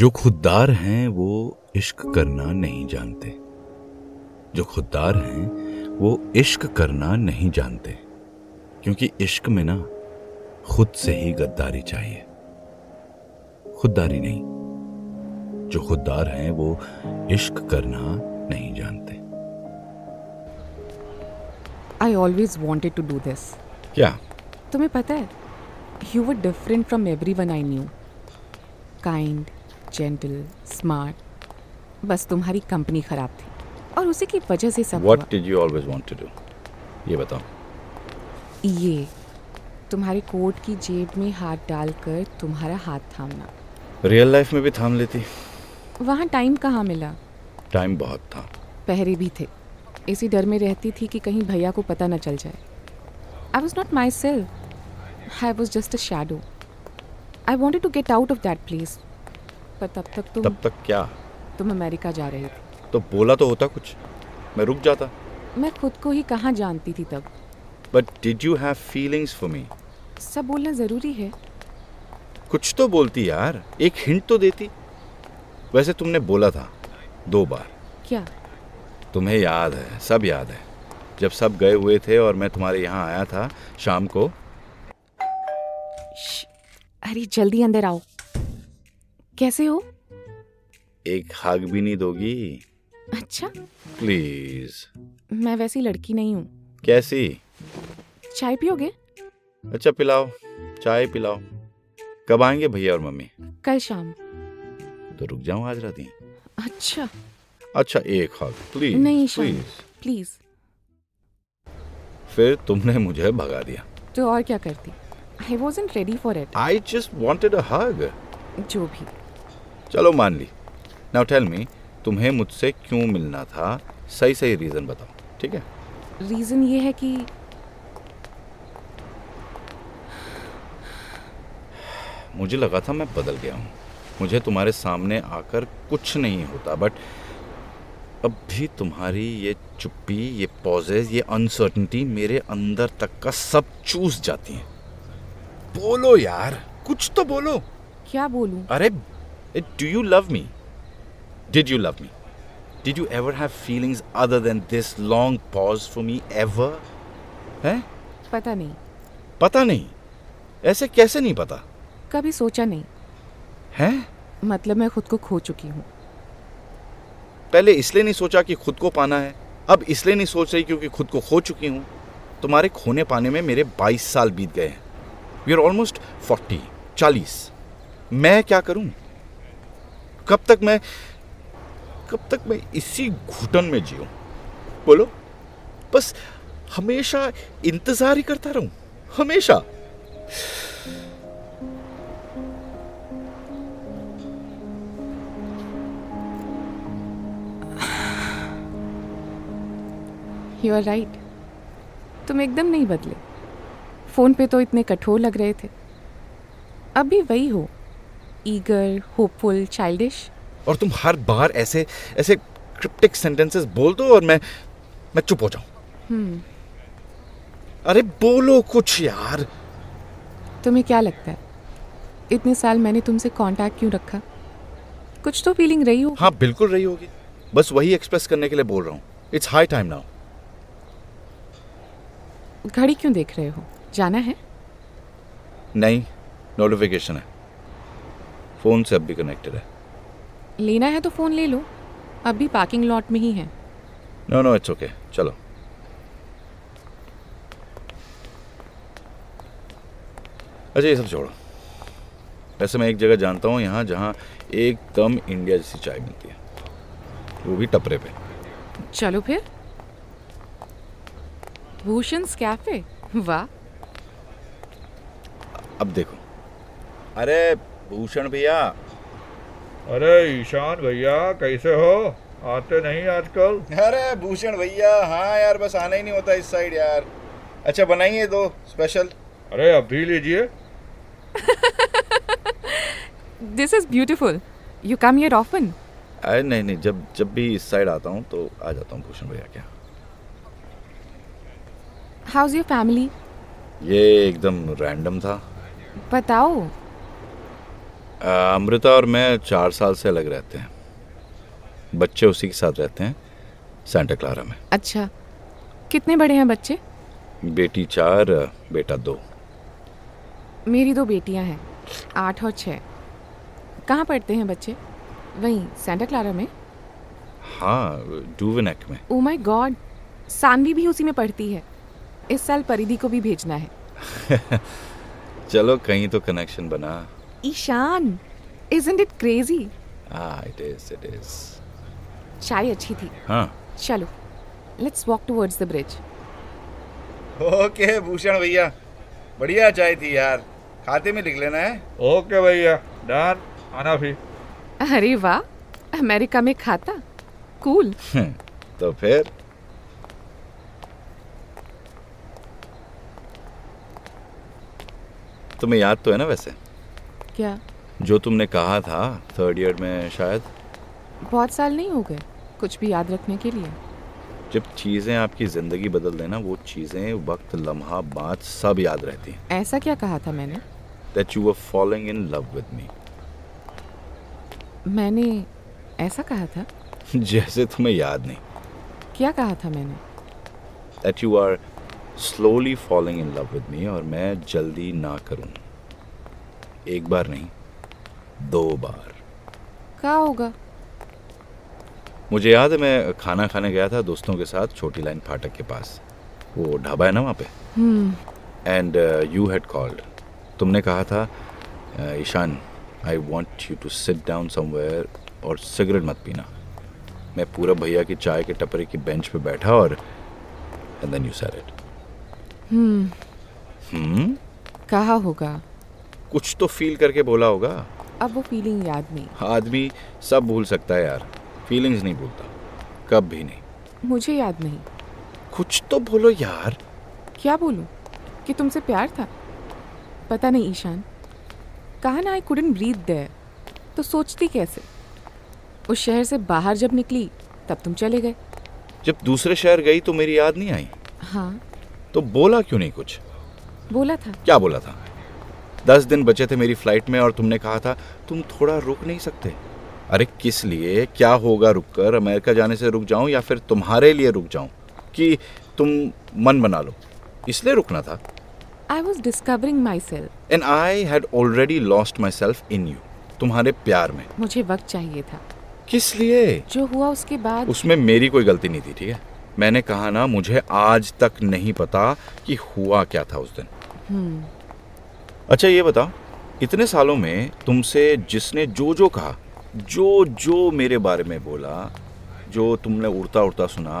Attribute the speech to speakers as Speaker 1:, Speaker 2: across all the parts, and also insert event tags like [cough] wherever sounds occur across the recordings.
Speaker 1: जो खुददार हैं वो इश्क करना नहीं जानते जो खुददार हैं वो इश्क करना नहीं जानते क्योंकि इश्क में ना खुद से ही गद्दारी चाहिए खुददारी नहीं जो खुददार हैं वो इश्क करना नहीं जानते
Speaker 2: I always wanted to do this
Speaker 1: क्या
Speaker 2: तुम्हें पता है you were different from everyone I knew kind gentle smart बस तुम्हारी कंपनी खराब थी और उसी की वजह से सब
Speaker 1: what did you always want to do ये बताओ
Speaker 2: हुआ। ये तुम्हारे कोट की जेब में हाथ डालकर तुम्हारा हाथ थामना
Speaker 1: रियल लाइफ में भी थाम लेती
Speaker 2: वहाँ टाइम कहाँ मिला
Speaker 1: टाइम बहुत था
Speaker 2: पहरे भी थे इसी डर में रहती थी कि कहीं भैया को पता न चल जाए I was not myself I was just a shadow I wanted to get out of that place पर तब तक तुम
Speaker 1: तब तक क्या
Speaker 2: तुम अमेरिका जा रहे थे
Speaker 1: तो बोला तो होता कुछ मैं रुक जाता
Speaker 2: मैं खुद को ही कहाँ जानती थी तब
Speaker 1: but did you have feelings for me
Speaker 2: सब बोलना ज़रूरी है
Speaker 1: कुछ तो बोलती यार एक हिंट तो देती वैसे तुमने बोला था दो बार
Speaker 2: क्या
Speaker 1: तुम्हें याद है सब याद है जब सब गए हुए थे और मैं तुम्हारे यहाँ आया था शाम को
Speaker 2: श्श, अरे जल्दी अंदर आओ कैसे हो
Speaker 1: एक हाग भी नहीं दोगी
Speaker 2: अच्छा
Speaker 1: प्लीज
Speaker 2: मैं वैसी लड़की नहीं हूँ
Speaker 1: कैसी
Speaker 2: चाय पियोगे
Speaker 1: अच्छा पिलाओ चाय पिलाओ कब आएंगे भैया और मम्मी
Speaker 2: कल शाम
Speaker 1: तो रुक जाऊं आज रात ही
Speaker 2: अच्छा
Speaker 1: अच्छा एक हाग प्लीज
Speaker 2: नहीं शाम
Speaker 1: प्लीज
Speaker 2: प्लीज
Speaker 1: फिर तुमने मुझे भगा दिया
Speaker 2: तो और क्या करती I was ready for it
Speaker 1: I just wanted a hug
Speaker 2: जो भी
Speaker 1: चलो मान ली नाउ टेल मी तुम्हें मुझसे क्यों मिलना था सही सही रीजन बताओ ठीक है
Speaker 2: रीजन ये है कि
Speaker 1: मुझे लगा था मैं बदल गया हूँ मुझे तुम्हारे सामने आकर कुछ नहीं होता बट अब भी तुम्हारी ये चुप्पी ये पॉजेज ये अनसर्टनिटी मेरे अंदर तक का सब चूस जाती है बोलो यार कुछ तो बोलो
Speaker 2: क्या बोलूं
Speaker 1: अरे do you love me did you love me did you ever have feelings other than this long pause for me ever है
Speaker 2: पता नहीं
Speaker 1: पता नहीं ऐसे कैसे नहीं पता
Speaker 2: कभी सोचा नहीं
Speaker 1: है
Speaker 2: मतलब मैं खुद को खो चुकी हूँ
Speaker 1: पहले इसलिए नहीं सोचा कि खुद को पाना है अब इसलिए नहीं सोच रही क्योंकि खुद को खो चुकी हूँ तुम्हारे खोने पाने में मेरे 22 साल बीत गए हैं वी आर ऑलमोस्ट 40 40 मैं क्या करूं कब तक मैं कब तक मैं इसी घुटन में जीऊं बोलो बस हमेशा इंतजार ही करता रहूं हमेशा
Speaker 2: यू आर राइट तुम एकदम नहीं बदले फ़ोन पे तो इतने कठोर लग रहे थे अब भी वही हो ईगर होपफुल चाइल्डिश
Speaker 1: और तुम हर बार ऐसे ऐसे क्रिप्टिक सेंटेंसेस बोल दो और मैं मैं चुप हो जाऊं अरे बोलो कुछ यार
Speaker 2: तुम्हें क्या लगता है इतने साल मैंने तुमसे कांटेक्ट क्यों रखा कुछ तो फीलिंग रही हो
Speaker 1: हाँ बिल्कुल रही होगी बस वही एक्सप्रेस करने के लिए बोल रहा हूँ इट्स हाई टाइम नाउ
Speaker 2: घड़ी क्यों देख रहे हो जाना है
Speaker 1: नहीं नोटिफिकेशन है फोन से अब भी कनेक्टेड है
Speaker 2: लेना है तो फ़ोन ले लो अब भी पार्किंग लॉट में ही है
Speaker 1: नो नो इट्स ओके चलो अच्छा ये सब छोड़ो वैसे मैं एक जगह जानता हूँ यहाँ जहाँ एकदम इंडिया जैसी चाय मिलती है वो भी टपरे पे
Speaker 2: चलो फिर भूषण कैफे वाह
Speaker 1: अब देखो अरे भूषण भैया
Speaker 3: अरे ईशान भैया कैसे हो आते नहीं आजकल
Speaker 4: अरे भूषण भैया हाँ यार बस आना ही नहीं होता इस साइड यार अच्छा बनाइए दो स्पेशल
Speaker 3: अरे अभी लीजिए
Speaker 2: this is beautiful you come here often
Speaker 1: अरे नहीं नहीं जब जब भी इस साइड आता हूँ तो आ जाता हूँ भूषण भैया क्या
Speaker 2: हाउज योर फैमिली
Speaker 1: ये एकदम रैंडम था
Speaker 2: बताओ
Speaker 1: अ, अमृता और मैं चार साल से अलग रहते हैं बच्चे उसी के साथ रहते हैं सेंटा क्लारा में
Speaker 2: अच्छा कितने बड़े हैं बच्चे
Speaker 1: बेटी चार बेटा दो
Speaker 2: मेरी दो बेटियां हैं आठ और छः कहाँ पढ़ते हैं बच्चे वहीं सेंटा क्लारा में
Speaker 1: हाँ डूवनेक में
Speaker 2: ओ माय गॉड सानवी भी उसी में पढ़ती है इस साल परिधि को भी भेजना है
Speaker 1: चलो कहीं तो कनेक्शन बना
Speaker 2: ईशान इजंट इट क्रेजी
Speaker 1: हाँ इट इज इट इज
Speaker 2: चाय अच्छी थी
Speaker 1: हाँ
Speaker 2: चलो let's walk towards the bridge
Speaker 4: okay Bhushan भैया बढ़िया चाय थी यार खाते में लिख लेना है
Speaker 3: ओके भैया डन आना फिर
Speaker 2: अरे वाह अमेरिका में खाता कूल
Speaker 1: तो फिर तुम्हें याद तो है ना वैसे
Speaker 2: क्या
Speaker 1: जो तुमने कहा था थर्ड ईयर में शायद
Speaker 2: बहुत साल नहीं हो गए कुछ भी याद रखने के लिए
Speaker 1: जब चीज़ें आपकी ज़िंदगी बदल देना वो चीज़ें वक्त लम्हा बाद सब याद रहती हैं
Speaker 2: ऐसा क्या कहा था मैंने
Speaker 1: that you were falling in love with me
Speaker 2: मैंने ऐसा कहा था
Speaker 1: [laughs] जैसे तुम्हें याद नहीं
Speaker 2: क्या कहा था मैंने
Speaker 1: that you are slowly falling in love with me और मैं जल्दी ना करूं एक बार नहीं दो बार
Speaker 2: कहा होगा
Speaker 1: मुझे याद है मैं खाना खाने गया था दोस्तों के साथ छोटी लाइन फाटक के पास वो ढाबा है ना वहाँ पे uh,
Speaker 2: hmm
Speaker 1: and you had called तुमने कहा था uh, Ishaan I want you to sit down somewhere और सिगरेट मत पीना मैं पूरा भैया की चाय के टपरे की बेंच पे बैठा और and then you said it
Speaker 2: hmm
Speaker 1: hmm
Speaker 2: कहा होगा
Speaker 1: कुछ तो फील करके बोला होगा
Speaker 2: अब वो फीलिंग याद नहीं
Speaker 1: आदमी सब भूल सकता है यार फीलिंग्स नहीं भूलता कब भी नहीं
Speaker 2: मुझे याद नहीं
Speaker 1: कुछ तो बोलो यार
Speaker 2: क्या बोलूं कि तुमसे प्यार था पता नहीं ईशान कहा ना आई कुडन ब्रीथ देयर तो सोचती कैसे उस शहर से बाहर जब निकली तब तुम चले गए
Speaker 1: जब दूसरे शहर गई तो मेरी याद नहीं आई
Speaker 2: हाँ
Speaker 1: तो बोला क्यों नहीं कुछ
Speaker 2: बोला था
Speaker 1: क्या बोला था दस दिन बचे थे मेरी फ्लाइट में और तुमने कहा था तुम थोड़ा रुक नहीं सकते अरे किस लिए क्या होगा रुक कर अमेरिका जाने से रुक जाऊं या फिर तुम्हारे लिए रुक जाऊं कि तुम मन बना लो इसलिए रुकना था
Speaker 2: I was discovering myself
Speaker 1: and I had already lost myself in you तुम्हारे प्यार में
Speaker 2: मुझे वक्त चाहिए था
Speaker 1: किस लिए
Speaker 2: जो हुआ उसके बाद
Speaker 1: उसमें मेरी कोई गलती नहीं थी ठीक है मैंने कहा ना मुझे आज तक नहीं पता कि हुआ क्या था उस दिन
Speaker 2: हम्म,
Speaker 1: अच्छा ये बताओ इतने सालों में तुमसे जिसने जो जो कहा जो जो मेरे बारे में बोला जो तुमने उड़ता उड़ता सुना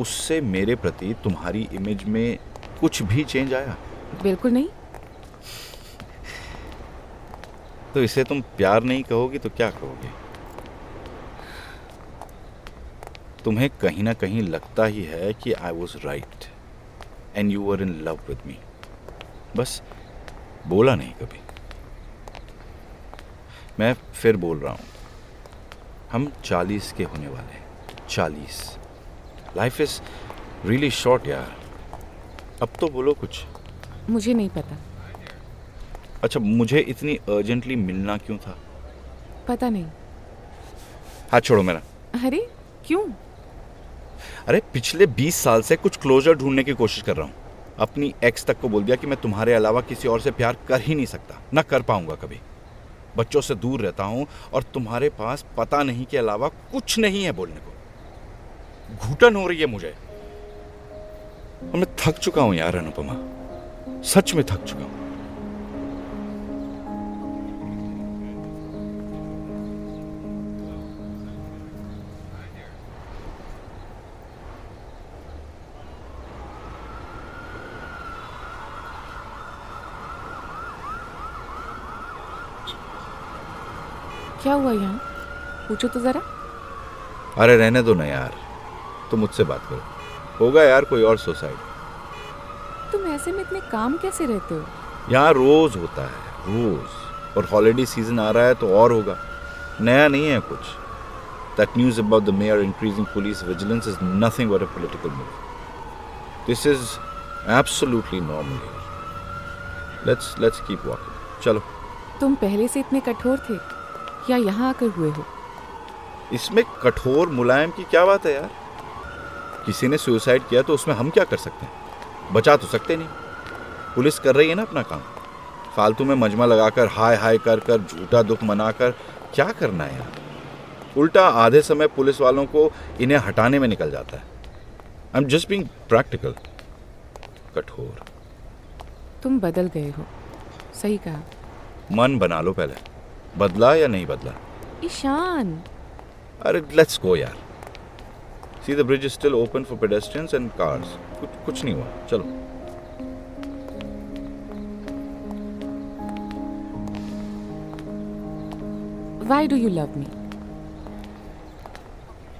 Speaker 1: उससे मेरे प्रति तुम्हारी इमेज में कुछ भी चेंज आया
Speaker 2: बिल्कुल नहीं
Speaker 1: तो इसे तुम प्यार नहीं कहोगी तो क्या कहोगे तुम्हें कहीं ना कहीं लगता ही है कि I was right and you are in love with me बस बोला नहीं कभी मैं फिर बोल रहा हूँ हम चालीस के होने वाले हैं चालीस लाइफ इज रियली शॉर्ट यार अब तो बोलो कुछ
Speaker 2: मुझे नहीं पता
Speaker 1: अच्छा मुझे इतनी अर्जेंटली मिलना क्यों था
Speaker 2: पता नहीं
Speaker 1: हाथ छोड़ो मेरा
Speaker 2: अरे क्यों
Speaker 1: अरे पिछले 20 साल से कुछ क्लोजर ढूंढने की कोशिश कर रहा हूँ अपनी एक्स तक को बोल दिया कि मैं तुम्हारे अलावा किसी और से प्यार कर ही नहीं सकता ना कर पाऊंगा कभी बच्चों से दूर रहता हूँ और तुम्हारे पास पता नहीं के अलावा कुछ नहीं है बोलने को घुटन हो रही है मुझे और मैं थक चुका हूँ यार अनुपमा सच में थक चुका हूँ
Speaker 2: क्या हुआ यहाँ पूछो तो जरा
Speaker 1: अरे रहने दो ना यार तुम मुझसे बात करो होगा यार कोई और सुसाइड
Speaker 2: तुम ऐसे में इतने काम कैसे रहते हो
Speaker 1: यहाँ रोज होता है रोज और हॉलीडे सीजन आ रहा है तो और होगा नया नहीं है कुछ that news about the mayor increasing police vigilance is nothing but a political move this is absolutely normal let's let's keep walking चलो
Speaker 2: तुम पहले से इतने कठोर थे या यहाँ आकर हुए हो
Speaker 1: इसमें कठोर मुलायम की क्या बात है यार किसी ने सुसाइड किया तो उसमें हम क्या कर सकते हैं बचा तो सकते नहीं पुलिस कर रही है ना अपना काम फालतू में मजमा लगाकर हाय हाय कर कर झूठा दुख मनाकर क्या करना है यार उल्टा आधे समय पुलिस वालों को इन्हें हटाने में निकल जाता है I am just being practical कठोर
Speaker 2: तुम बदल गए हो सही कहा
Speaker 1: मन बना लो पहले बदला या नहीं बदला
Speaker 2: ईशान
Speaker 1: अरे लेट्स गो यार see the bridge is still open for pedestrians and cars कुछ कुछ नहीं हुआ चलो
Speaker 2: why do you love me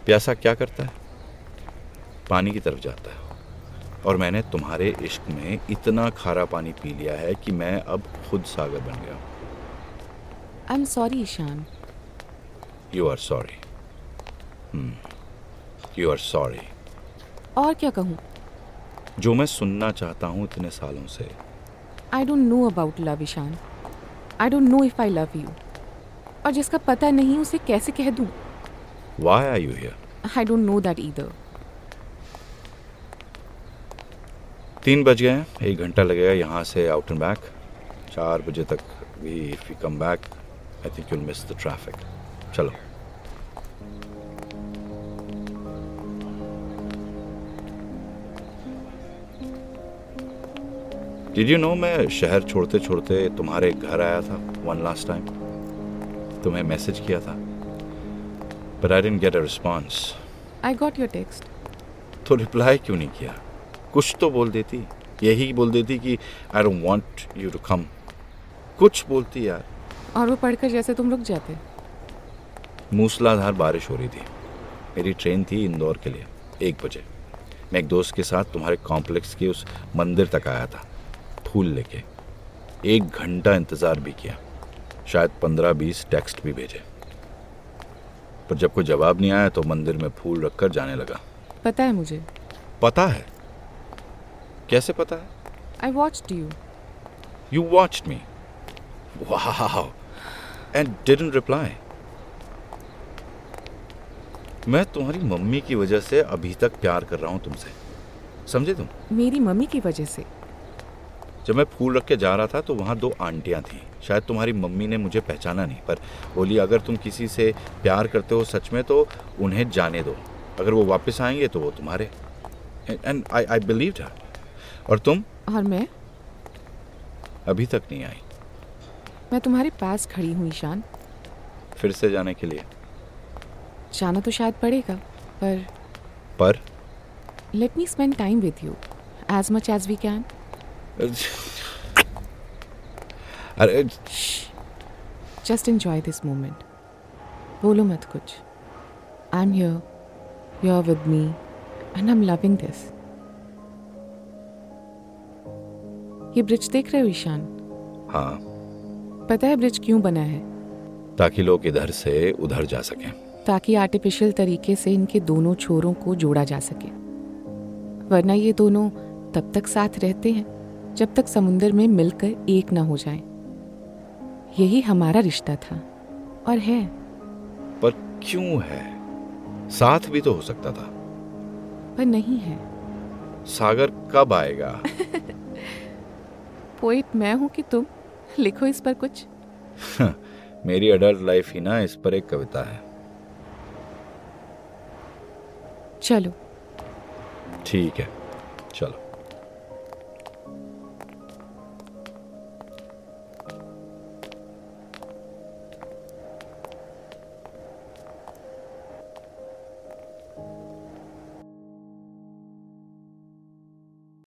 Speaker 1: प्यासा क्या करता है पानी की तरफ जाता है और मैंने तुम्हारे इश्क में इतना खारा पानी पी लिया है कि मैं अब खुद सागर बन गया
Speaker 2: I am sorry Ishan
Speaker 1: you are sorry Hmm. You are sorry
Speaker 2: और क्या कहूँ
Speaker 1: जो मैं सुनना चाहता हूँ इतने सालों से
Speaker 2: I don't know about love Ishaan I don't know if I love you और जिसका पता नहीं उसे कैसे कह दूँ
Speaker 1: why are you here
Speaker 2: I don't know that either
Speaker 1: तीन बज गए हैं एक घंटा लगेगा यहाँ से आउट एंड बैक चार बजे तक भी if you come back I think you'll miss the traffic चलो डिड यू नो मैं शहर छोड़ते छोड़ते तुम्हारे घर आया था वन लास्ट टाइम तुम्हें मैसेज किया था but I didn't get a response
Speaker 2: I got your text
Speaker 1: तो रिप्लाई क्यों नहीं किया कुछ तो बोल देती यही बोल देती कि I don't want you to come कुछ बोलती यार
Speaker 2: और वो पढ़कर जैसे तुम रुक जाते
Speaker 1: मूसलाधार बारिश हो रही थी मेरी ट्रेन थी इंदौर के लिए एक बजे मैं एक दोस्त के साथ तुम्हारे कॉम्प्लेक्स के उस मंदिर तक आया था फूल लेके एक घंटा इंतज़ार भी किया शायद पंद्रह बीस टेक्स्ट भी भेजे पर जब कोई जवाब नहीं आया तो मंदिर में फूल रखकर जाने लगा
Speaker 2: पता है मुझे
Speaker 1: पता है कैसे पता है
Speaker 2: I watch you
Speaker 1: You watched me. Wow. And didn't reply. मैं तुम्हारी मम्मी की वजह से अभी तक प्यार कर रहा हूँ तुमसे समझे तुम
Speaker 2: मेरी मम्मी की वजह से
Speaker 1: जब मैं फूल रख के जा रहा था तो वहाँ दो आंटियाँ थीं शायद तुम्हारी मम्मी ने मुझे पहचाना नहीं पर बोली अगर तुम किसी से प्यार करते हो सच में तो उन्हें जाने दो अगर वो वापस आएंगे तो वो तुम्हारे एंड आई आई बिलीव और तुम
Speaker 2: और मैं
Speaker 1: अभी तक नहीं आई
Speaker 2: मैं तुम्हारे पास खड़ी हूँ ईशान
Speaker 1: फिर से जाने के लिए
Speaker 2: जाना तो शायद पड़ेगा पर
Speaker 1: पर
Speaker 2: let me spend time with you as much as we can
Speaker 1: अरे
Speaker 2: जस्ट enjoy दिस मोमेंट बोलो मत कुछ I am here you're with me and i'm loving this ये ब्रिज देख रहे हो ईशान
Speaker 1: हाँ
Speaker 2: पता है ब्रिज क्यों बना है
Speaker 1: ताकि लोग इधर से उधर जा सकें
Speaker 2: ताकि आर्टिफिशियल तरीके से इनके दोनों छोरों को जोड़ा जा सके वरना ये दोनों तब तक साथ रहते हैं जब तक समुंदर में मिलकर एक ना हो जाएं। यही हमारा रिश्ता था और है
Speaker 1: पर क्यों है साथ भी तो हो सकता था
Speaker 2: पर नहीं है
Speaker 1: सागर कब आएगा
Speaker 2: पोइट मैं हूँ कि तुम लिखो इस पर कुछ
Speaker 1: मेरी अडल्ट लाइफ ही ना इस पर एक कविता है
Speaker 2: चलो
Speaker 1: ठीक है चलो